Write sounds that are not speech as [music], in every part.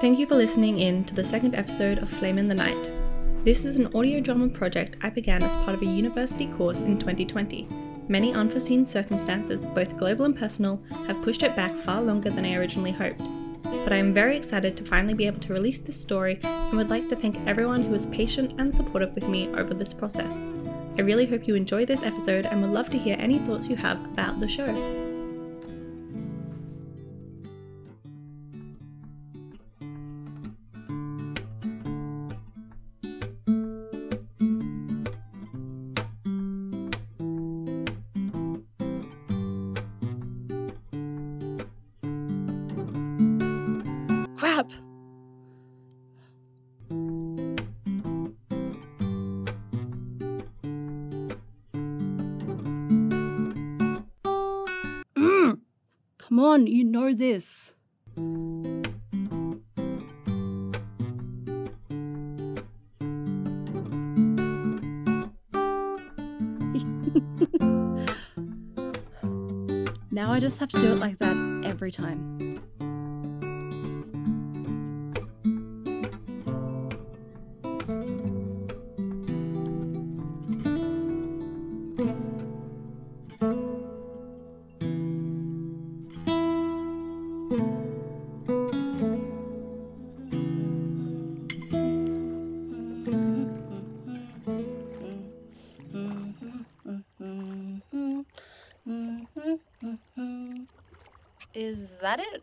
Thank you for listening in to the second episode of Flame in the Night. This is an audio drama project I began as part of a university course in 2020. Many unforeseen circumstances, both global and personal, have pushed it back far longer than I originally hoped. But I am very excited to finally be able to release this story and would like to thank everyone who was patient and supportive with me over this process. I really hope you enjoy this episode and would love to hear any thoughts you have about the show. Crap! Mm. Come on, you know this. [laughs] now I just have to do it like that every time. Is that it?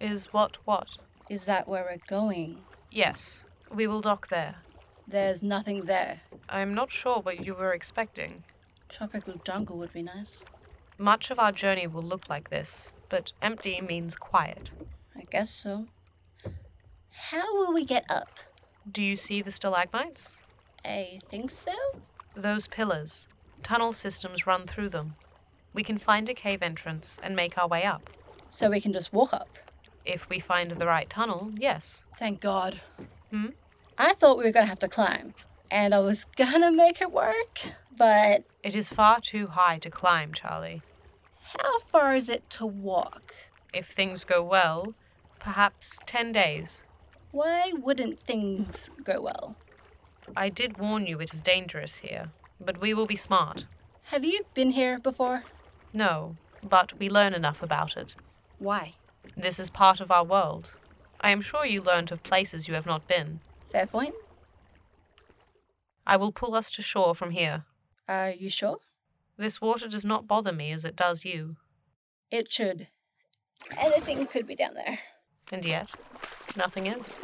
Is what what? Is that where we're going? Yes, we will dock there. There's nothing there. I'm not sure what you were expecting. Tropical jungle would be nice. Much of our journey will look like this, but empty means quiet. I guess so. How will we get up? Do you see the stalagmites? I think so. Those pillars. Tunnel systems run through them. We can find a cave entrance and make our way up. So we can just walk up. If we find the right tunnel, yes. Thank God. Hmm? I thought we were gonna have to climb, and I was [laughs] gonna make it work, but It is far too high to climb, Charlie. how far is it to walk? If things go well, perhaps 10 days. Why wouldn't things go well? I did warn you it is dangerous here, but we will be smart. Have you been here before? No, but we learn enough about it. Why? This is part of our world. I am sure you learnt of places you have not been. Fair point. I will pull us to shore from here. Are you sure? This water does not bother me as it does you. It should. Anything could be down there. And yet, nothing is.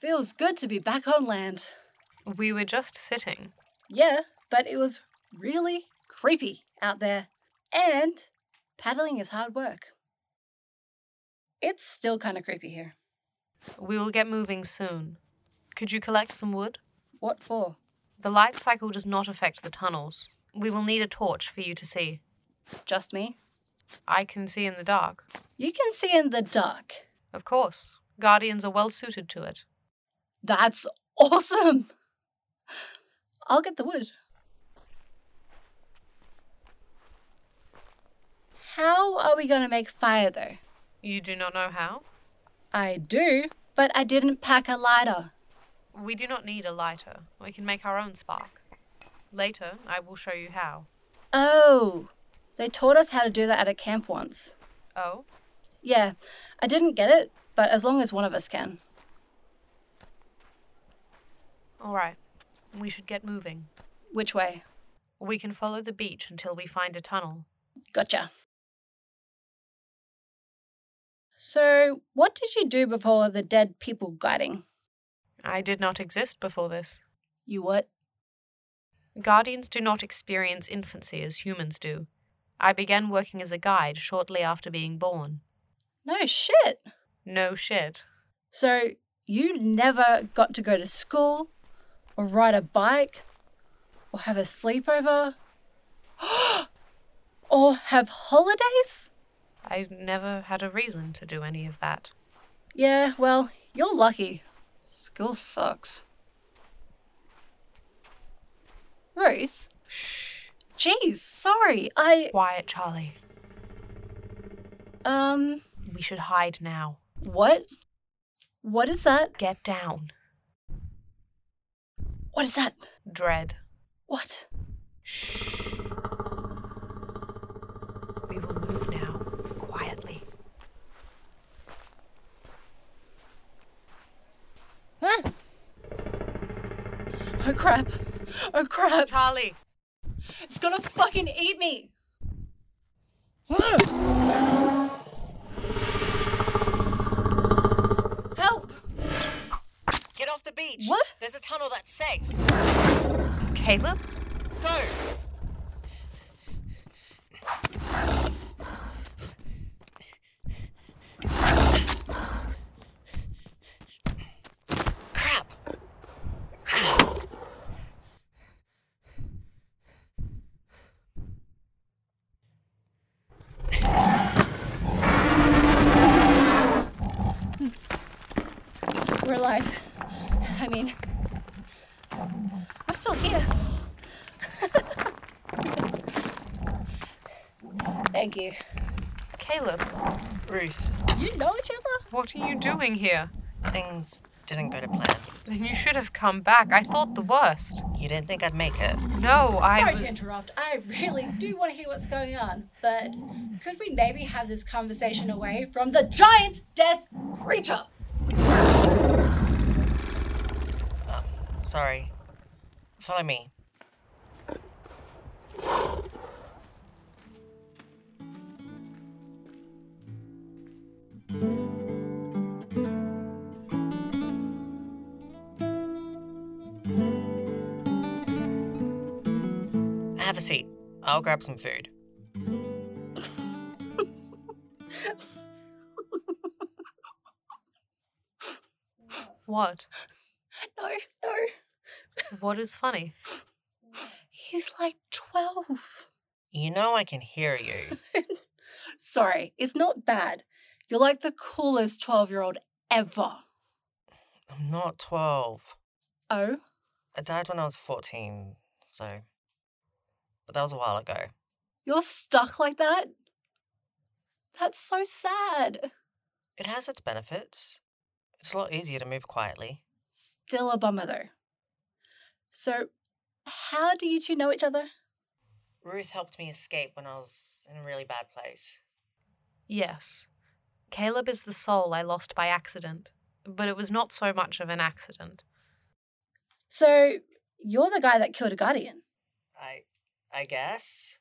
Feels good to be back on land. We were just sitting. Yeah, but it was really creepy out there. And paddling is hard work. It's still kind of creepy here. We will get moving soon. Could you collect some wood? What for? The light cycle does not affect the tunnels. We will need a torch for you to see. Just me? I can see in the dark. You can see in the dark. Of course, guardians are well suited to it. That's [laughs] awesome! I'll get the wood. How are we gonna make fire though? You do not know how? I do, but I didn't pack a lighter. We do not need a lighter. We can make our own spark. Later, I will show you how. Oh, they taught us how to do that at a camp once. Oh, Yeah, I didn't get it, but as long as one of us can. all right. We should get moving. Which way? We can follow the beach until we find a tunnel. Gotcha. So, what did you do before the dead people guiding? I did not exist before this. You what? Guardians do not experience infancy as humans do. I began working as a guide shortly after being born. No shit. No shit. So you never got to go to school or ride a bike or have a sleepover [gasps] or have holidays? I never had a reason to do any of that. Yeah, well, you're lucky. School sucks. Ruth? Shh. Geez, sorry. I Quiet, Charlie. um We should hide now. what? What is that? Get down. What is that? Dread. What? Shh. We will move now, quietly. Huh? Oh crap. Oh crap. Charlie! It's gonna fucking eat me. Help! Get off the beach. What? There's a tunnel that's safe. Caleb? Go. Crap. We're alive. I mean, I'm still here. Thank you. Caleb, Ruth, You know each other? what are you doing here? things didn't go to plan. Then you should have come back. I thought the worst. You didn't think I'd make it. No, I. Sorry was- to interrupt. I really do want to hear what's going on, but could we maybe have this conversation away from the giant death creature? Sorry. Follow me. Have a seat. I'll grab some food. What? No, no. What is funny? He's like 12. You know I can hear you. Sorry, it's not bad. You're like the coolest 12 year old ever. I'm not 12. Oh, I died when I was 14, so. But that was a while ago. you're stuck like that? That's so sad. It has its benefits. It's a lot easier to move quietly. Still a bummer though. So, how do you two know each other? Ruth helped me escape when I was in a really bad place. Yes. Caleb is the soul I lost by accident, but it was not so much of an accident. So, you're the guy that killed a guardian. I I guess.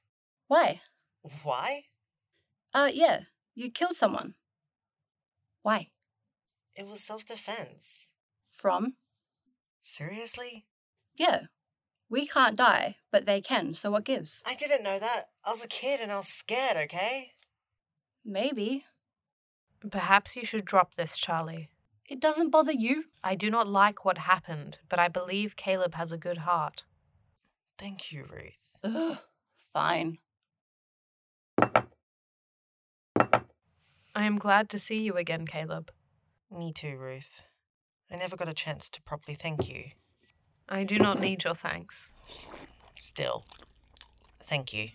Why? Why? Uh, yeah, you killed someone. Why? It was self defense. From? Seriously? Yeah. We can't die, but they can, so what gives? I didn't know that. I was a kid and I was scared, okay? Maybe. Perhaps you should drop this, Charlie. It doesn't bother you? I do not like what happened, but I believe Caleb has a good heart. Thank you, Ruth. Ugh, fine. I am glad to see you again, Caleb. Me too, Ruth. I never got a chance to properly thank you. I do not need your thanks. Still. Thank you.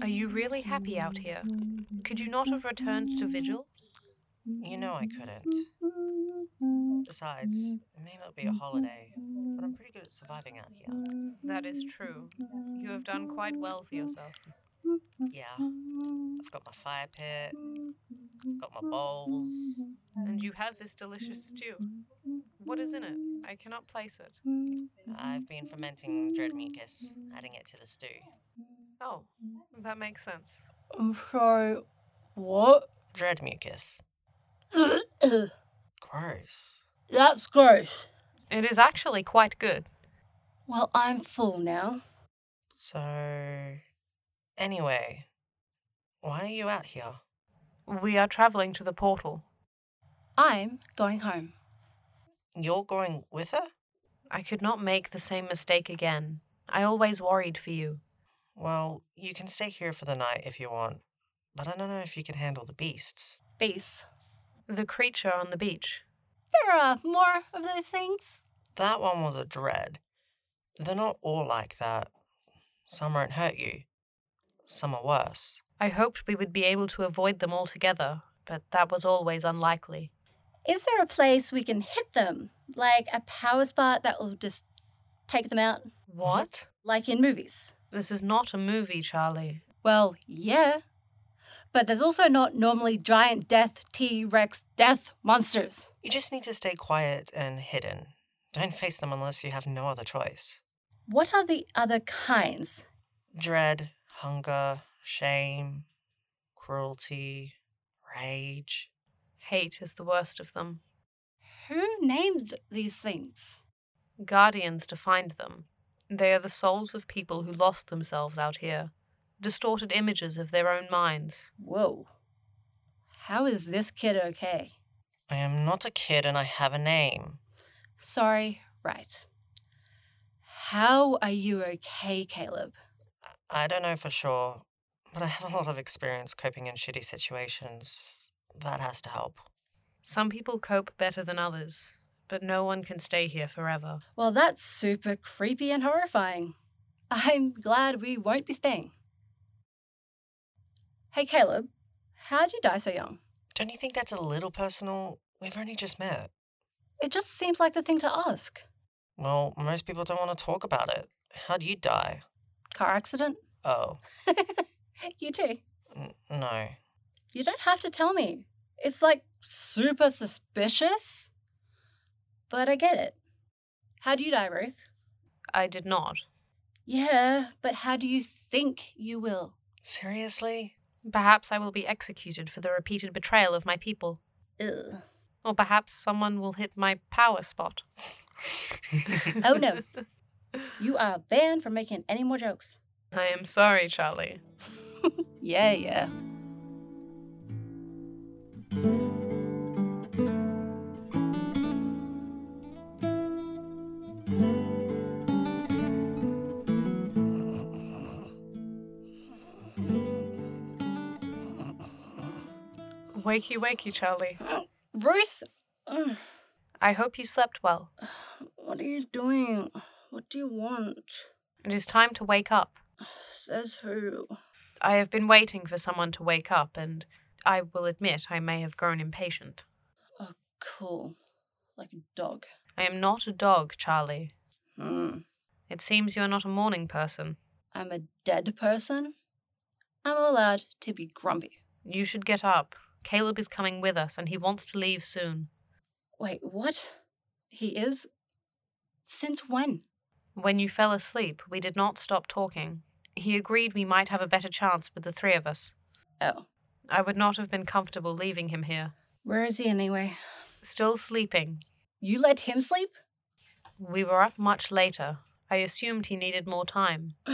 Are you really happy out here? Could you not have returned to Vigil? You know I couldn't. Besides, it may not be a holiday, but I'm pretty good at surviving out here. That is true. You have done quite well for yourself. Yeah. I've got my fire pit, got my bowls. And you have this delicious stew. What is in it? I cannot place it. I've been fermenting dread mucus, adding it to the stew. Oh, that makes sense. I'm sorry. What? [coughs] Dread mucus. Gross. That's gross. It is actually quite good. Well, I'm full now. So, anyway, why are you out here? We are traveling to the portal. I'm going home. You're going with her? I could not make the same mistake again. I always worried for you. Well, you can stay here for the night if you want, but I don't know if you can handle the beasts. Beasts. The creature on the beach. There are more of those things. That one was a dread. They're not all like that. Some won't hurt you, some are worse. I hoped we would be able to avoid them altogether, but that was always unlikely. Is there a place we can hit them? Like a power spot that will just take them out, What? like in movies? This is not a movie, Charlie. Well, yeah. But there's also not normally giant death T Rex death monsters. You just need to stay quiet and hidden. Don't [laughs] face them unless you have no other choice. What are the other kinds? Dread, hunger, shame, cruelty, rage. Hate is the worst of them. Who named these things? Guardians defined them. They are the souls of people who lost themselves out here, distorted images of their own minds. Whoa. How is this kid okay? I am not a kid and I have a name. Sorry, right. How are you okay, Caleb? I don't know for sure, but I have a lot of experience coping in shitty situations. That has to help. Some people cope better than others, but no one can stay here forever. Well, that's super creepy and horrifying. I'm glad we won't be staying. Hey, Caleb, how'd you die so young? Don't you think that's a little personal? We've only just met. It just seems like the thing to ask. Well, most people don't want to talk about it. How'd you die? Car accident? [laughs] Oh, You too. n- no. You don't have to tell me. It's like super suspicious. But I get it. How do you die, Ruth? I did not. Yeah, but how do you think you will? Seriously? Perhaps I will be executed for the repeated betrayal of my people. Ugh. Or perhaps someone will hit my power spot. Oh no. you are banned from making any more jokes. I am sorry, Charlie. Yeah, yeah. Wakey, wakey, Charlie. Ruth, ugh, I hope you slept well. what are you doing? What do you want? It is time to wake up. Says who? I have been waiting for someone to wake up, and I will admit I may have grown impatient. Oh, cool. Like a dog. I am not a dog, Charlie. Hmm. It seems you are not a morning person. I'm a dead person. I'm allowed to be grumpy. You should get up. Caleb is coming with us, and he wants to leave soon. Wait, what? He is? Since when? When you fell asleep, we did not stop talking. He agreed we might have a better chance with the three of us. Oh. I would not have been comfortable leaving him here. Where is he anyway? Still sleeping. You let him sleep? We were up much later. I assumed he needed more time. [sighs]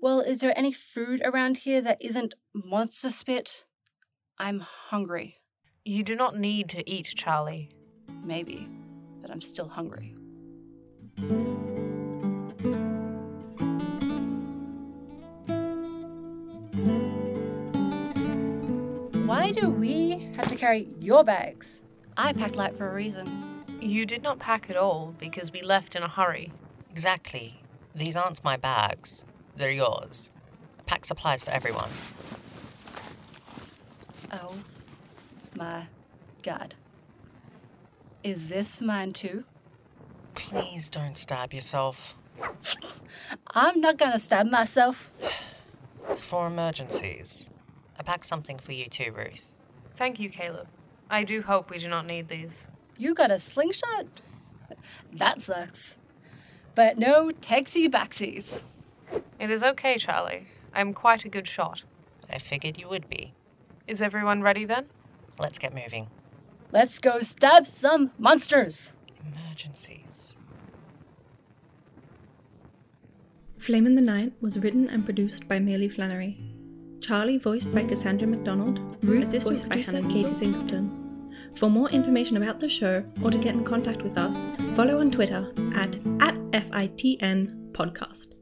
well, is there any food around here that isn't monster spit? I'm hungry. You do not need to eat, Charlie. Maybe, but I'm still hungry. Why do we have to carry your bags? I packed light for a reason. You did not pack at all because we left in a hurry. Exactly. These aren't my bags. They're yours. Pack supplies for everyone. Oh my god. Is this mine too? Please don't stab yourself. I'm not gonna stab myself. It's for emergencies. I packed something for you too, Ruth. Thank you, Caleb. I do hope we do not need these. You got a slingshot? that sucks. But no taxi backsies. It is okay, Charlie. I am quite a good shot. I figured you would be. Is everyone ready then? Let's get moving. Let's go stab some monsters. Emergencies. Flame in the Night was written and produced by Maylie Flannery. Charlie, voiced by Cassandra MacDonald, Ruth, assistant voiced by producer Hannah Katie Moore. Singleton. For more information about the show or to get in contact with us, follow on Twitter at, at FITN Podcast.